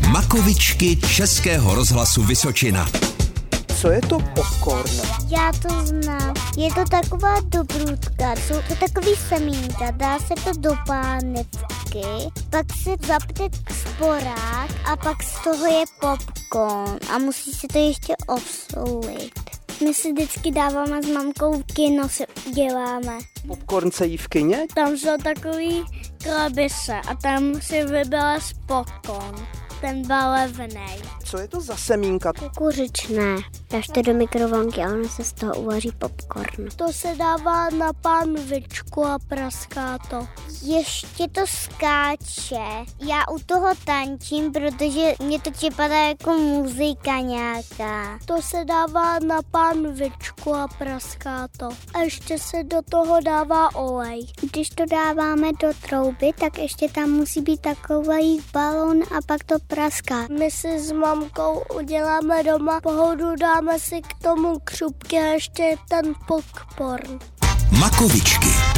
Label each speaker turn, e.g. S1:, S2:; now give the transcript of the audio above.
S1: Vlakovičky Českého rozhlasu Vysočina.
S2: Co je to popcorn?
S3: Já to znám. Je to taková dobrutka, jsou to takový semínka, dá se to do pánevky, pak se zapne sporák a pak z toho je popcorn a musí se to ještě obsoulit. My si vždycky dáváme s mamkou kino, se děláme.
S2: Popcorn se jí v kině?
S3: Tam jsou takový klabise a tam si vybila popcorn, ten balevnej.
S2: Co je to za semínka?
S3: Kukuřičné. Dáš to do mikrovlnky a ono se z toho uvaří popcorn. To se dává na pánvičku a praská to. Ještě to skáče. Já u toho tančím, protože mě to připadá jako muzika nějaká. To se dává na pánvičku a praská to. A ještě se do toho dává olej. Když to dáváme do trouby, tak ještě tam musí být takový balon a pak to praská. My si s mamkou uděláme doma pohodu, dáme si k tomu křupky a ještě ten popcorn.
S1: Makovičky.